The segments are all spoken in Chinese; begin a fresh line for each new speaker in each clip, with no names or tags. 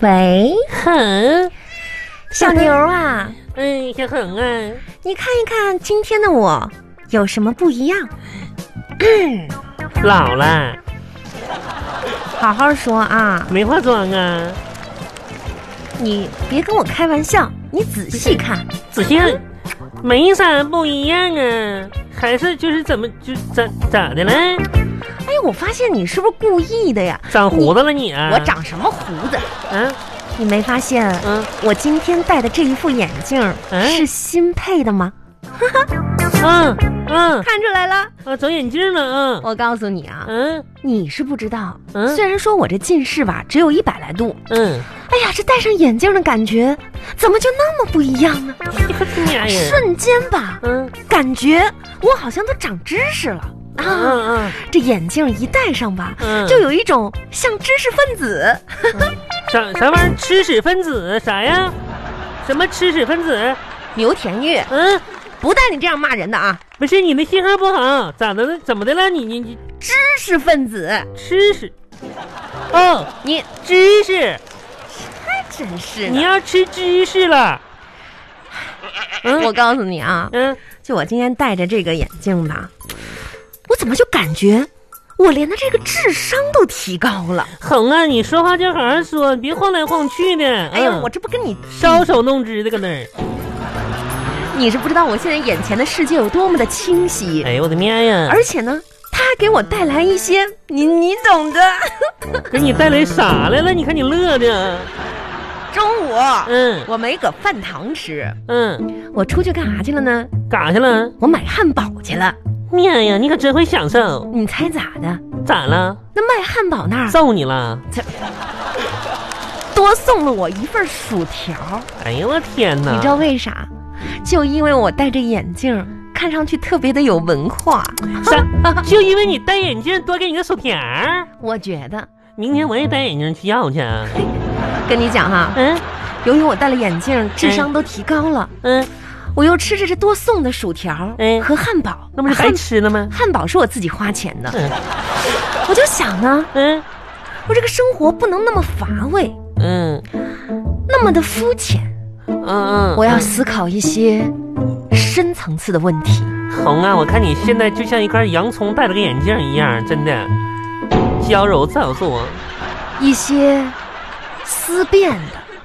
喂，
哼，
小牛 啊，
嗯，小恒啊，
你看一看今天的我有什么不一样？
老了，
好好说啊，
没化妆啊，
你别跟我开玩笑，你仔细看。
仔细看，没啥不一样啊，还是就是怎么就咋咋的了？
哎，我发现你是不是故意的呀？
长胡子了你啊？
我长什么胡子？
嗯
你没发现
嗯
我今天戴的这一副眼镜儿
嗯
是新配的吗？
嗯嗯
看出来了，
啊，长眼镜了啊，
我告诉你啊，
嗯
你是不知道，
嗯
虽然说我这近视吧只有一百来度，
嗯，
哎呀，这戴上眼镜的感觉怎么就那么不一样呢？
你可真粘人。
瞬间吧，
嗯
感觉我好像都长知识了啊！
嗯嗯
这眼镜一戴上吧，
嗯，
就有一种像知识分子。
啥啥玩意儿？吃屎分子啥呀？什么吃屎分子？
牛田玉，
嗯，
不带你这样骂人的啊！
不是你的信号不好，咋的了？怎么的了？你你你
知识分子，
吃屎？哦，
你
知识，
真是
你
的。
要吃芝士了。
我告诉你啊，
嗯，
就我今天戴着这个眼镜吧，我怎么就感觉我连的这个智商都提高了？
恒啊，你说话就好好说，别晃来晃去的。
哎呀，
嗯
我这不跟你
搔首弄姿的搁那儿。
你是不知道我现在眼前的世界有多么的清晰，
哎呦我的妈呀！
而且呢，它还给我带来一些你你懂的。
给你带来啥来了？你看你乐的。
中午
嗯
我没搁饭堂吃，
嗯，
我出去干啥去了呢？
干啥去了？
我买汉堡去了。
妈呀，你可真会享受。
你猜咋的？
咋了？
那卖汉堡那儿
揍你了？
多送了我一份薯条，
哎呦我天哪！
你知道为啥？就因为我戴着眼镜，看上去特别的有文化。啊
啥？啊就因为你戴眼镜，多给你个薯条儿。
我觉得，
明天我也戴眼镜去要去啊。
跟你讲哈，
嗯
由于我戴了眼镜，智商都提高了。
嗯，
我又吃着这多送的薯条
哎
和汉堡，
那不是白
汉
吃了吗？
汉堡是我自己花钱的，
嗯
我就想呢，
嗯
我这个生活不能那么乏味，
嗯
那么的肤浅，
嗯嗯，
我要思考一些深层次的问题。
红啊！我看你现在就像一块洋葱戴了个眼镜一样，真的娇柔造作。
一些思辨的、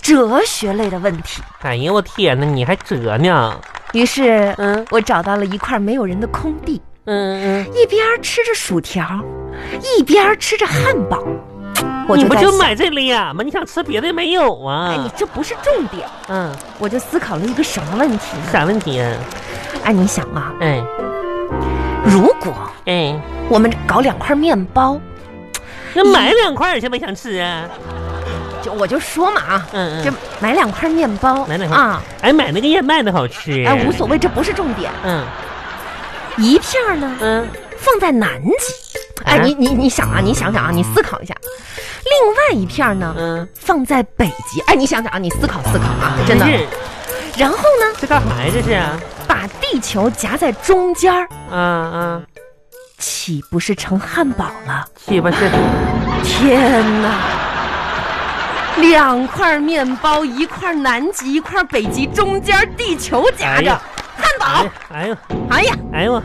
哲学类的问题。
哎呀，我天哪，你还折呢？
于是，
嗯
我找到了一块没有人的空地，
嗯嗯，
一边吃着薯条，一边吃着汉堡。我
你不
在
就
想
买这俩吗？你想吃别的没有
哎，你
啊？
这不是重点。
嗯，
我就思考了一个什么问题呢？
啥问题啊？
哎，你想啊，
哎
如果
哎，
我们搞两块面包，
那买两块去呗，想吃啊？
就我就说嘛啊，
嗯
这
嗯，
买两块面包，
买两块
啊，
哎，买那个燕麦的好吃。
哎，无所谓，这不是重点。
嗯
一片儿呢
嗯
放在南极，哎，
啊
你你你想啊，你想想啊，你思考一下。另外一片儿呢
嗯，
放在北极，哎，你想想啊，你思考思考啊，真
真
的。
是
然后呢，
这干啥呀？这是啊
把地球夹在中间儿，
啊啊！
岂不是成汉堡了？
去吧
啊
去。
天哪！两块面包，一块南极，一块北极，中间地球夹
哎
着
呀
汉
哎
堡
呀。哎呀
哎呀，
哎呀我，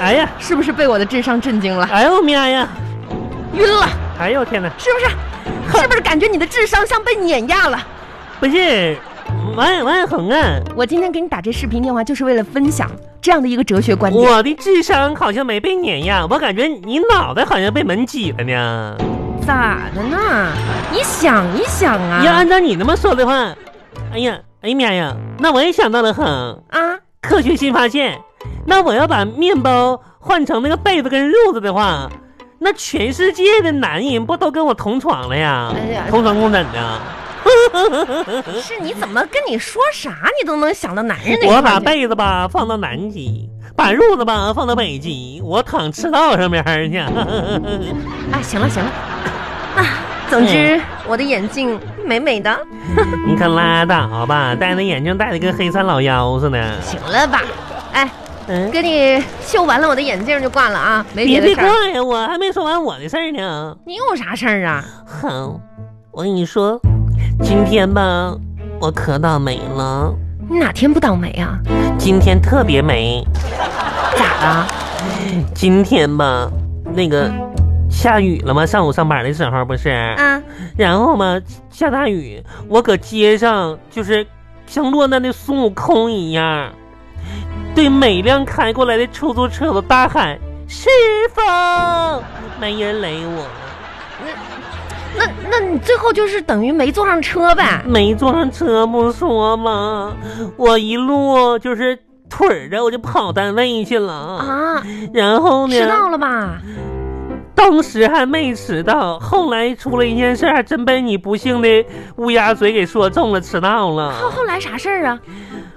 哎呀
是不是被我的智商震惊了？
哎呦我妈呀！
晕了，
哎呦我天哪！
是不是？是不是感觉你的智商像被碾压了？
不是，王王恒啊，
我今天给你打这视频电话，就是为了分享这样的一个哲学观点。
我的智商好像没被碾压，我感觉你脑袋好像被门挤了呢。
咋的呢？你想一想啊，
要按照你那么说的话，哎呀，哎呀妈呀，那我也想到了很
啊，
科学新发现，那我要把面包换成那个被子跟褥子的话。那全世界的男人不都跟我同床了呀？
哎呀
同床共枕呢。
是你怎么跟你说啥，你都能想到男 人那
我
块
把
儿去
被子吧放到南极，把褥子吧放到北极，我躺赤道上面儿去。
啊，行了行了，啊，总之、我的眼镜美美的，
你可拉倒吧，戴那眼镜戴的跟黑山老妖似的。
行了吧？哎，
嗯，
给你修完了我的眼镜就挂了啊，没别
别
的
别
事儿。
挂呀，我还没说完我的事儿呢。
你有啥事儿啊？
哼，我跟你说，今天吧，我可倒霉了，
你哪天不倒霉啊？
今天特别霉。
咋了？
今天吧，那个下雨了嘛，上午上班的时候不是，
啊，
然后嘛下大雨，我搁街上就是像落难的孙悟空一样，对每辆开过来的出租车都大喊：“师傅！”没人理我，
那那你最后就是等于没坐上车呗？
没坐上车不说嘛，我一路就是腿儿着我就跑单位去了，
啊，
然嗯后呢，
迟到了吧？
当时还没迟到，后来出了一件事儿，还真被你不幸的乌鸦嘴给说中了，迟到
后
了。
后来啥事儿啊？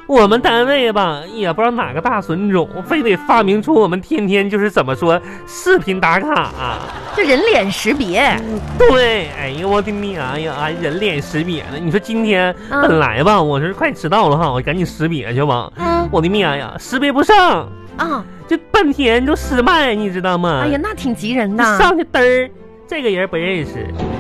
我们单位吧，也不知道哪个大损种，非得发明出我们天天就是怎么说视频打卡、啊
这人脸识别，
对，哎呀，我的妈呀，哎人脸识别呢。你说今天
嗯
本来吧，我是快迟到了哈，我赶紧识别去吧。
嗯
我的妈呀，识别不上，
啊，
这半天就失败，你知道吗？
哎呀，那挺急人
你
的。
上去嘚儿，这个人不认识；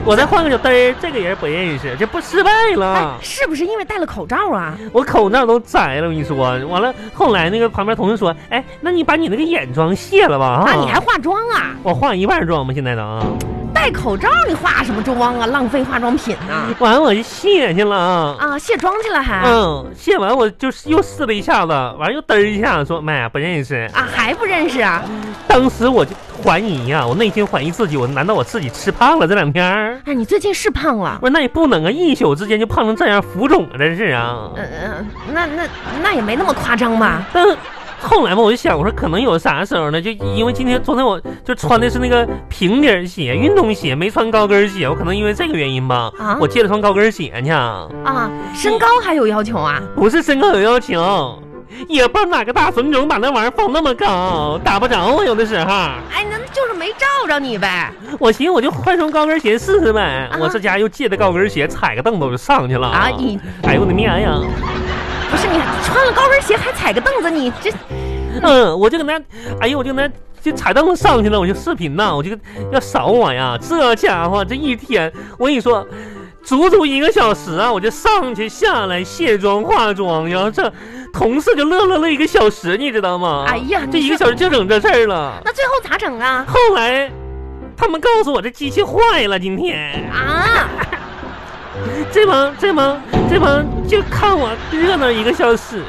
我再换个就嘚儿，这个人不认识，这不失败
哎
了，。
是不是因为戴了口罩啊？
我口罩都摘了，我跟你说。完了，后来那个旁边同事说：“哎，那你把你那个眼妆卸了吧？”
啊，
啊
你还化妆啊？
我化一半妆吗？现在都啊。
戴口罩你化什么妆啊？浪费化妆品呐！
完了我就卸去了啊。
啊，卸妆去了还？啊，
嗯，卸完我就是又试了一下子，完了又嘚儿一下，说：“妈呀，不认识。
还不认识啊？”
当时我就怀疑呀、我内心怀疑自己，我难道我自己吃胖了这两天儿？
哎，你最近是胖了
不？是，那也不能啊，一宿之间就胖成这样，浮肿啊，真是啊。
嗯嗯，那那那也没那么夸张吧？
但是后来嘛，我就想，我说可能有啥时候呢？就因为今天昨天我就穿的是那个平底儿鞋、运动鞋，没穿高跟鞋，我可能因为这个原因吧，
啊
我借了双高跟鞋去啊，
啊，身高还有要求啊？
不是身高有要求。也不知道哪个大损种把那玩意儿放那么高，打不着啊！有的时候，
哎，那就是没照着你呗。
我寻思我就换双高跟鞋试试呗。我这家又借的高跟鞋，踩个凳子我就上去了
啊，你
哎呦我的妈呀！
不是你穿了高跟鞋还踩个凳子，你这
嗯， 我就搁那，哎呦，我就搁那就踩凳子上去了，我就视频呐，我就要扫我呀，这家伙这一天，我跟你说。足足一个小时啊！我就上去下来卸妆化妆，然后这同事就乐乐了一个小时，你知道吗？
哎呀
这
你
一个
说
小时就整这事儿了。
那最后咋整啊？
后来他们告诉我这机器坏了，今天。
啊，
这帮这帮这帮就看我热闹一个小时。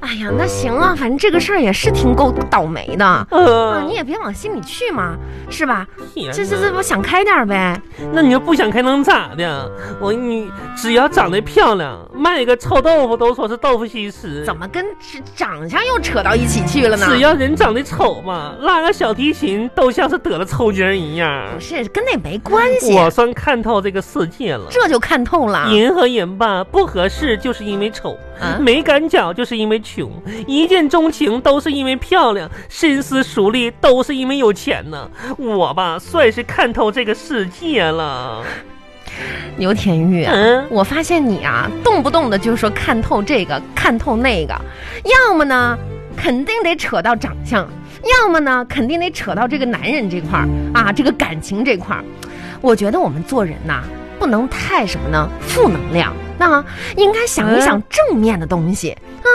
哎呀，那行啊，反正这个事儿也是挺够倒霉的。啊，
呃，
你也别往心里去嘛，是吧？
天
这这
哪
这不想开点儿呗？
那你要不想开能咋的？我你只要长得漂亮，卖个臭豆腐都说是豆腐西施。
怎么跟这长相又扯到一起去了呢？
只要人长得丑嘛，拉个小提琴都像是得了抽筋儿一样。
不是跟那没关系，
我算看透这个世界了。
这就看透了。
人和人吧不合适，就是因为丑；
啊
没赶脚，就是因为穷；一见钟情，都是因为漂亮；深思熟虑，都是因为有钱呢。我吧，算是看透这个世界了。
刘田玉啊，
嗯，
我发现你啊，动不动的就说看透这个，看透那个，要么呢，肯定得扯到长相，要么呢，肯定得扯到这个男人这块儿啊，这个感情这块儿。我觉得我们做人呐、不能太什么呢，负能量。那、应该想一想正面的东西、啊，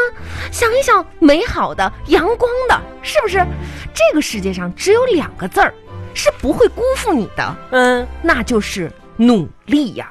想一想美好的、阳光的，是不是？这个世界上只有两个字儿是不会辜负你的，
嗯，
那就是努力呀、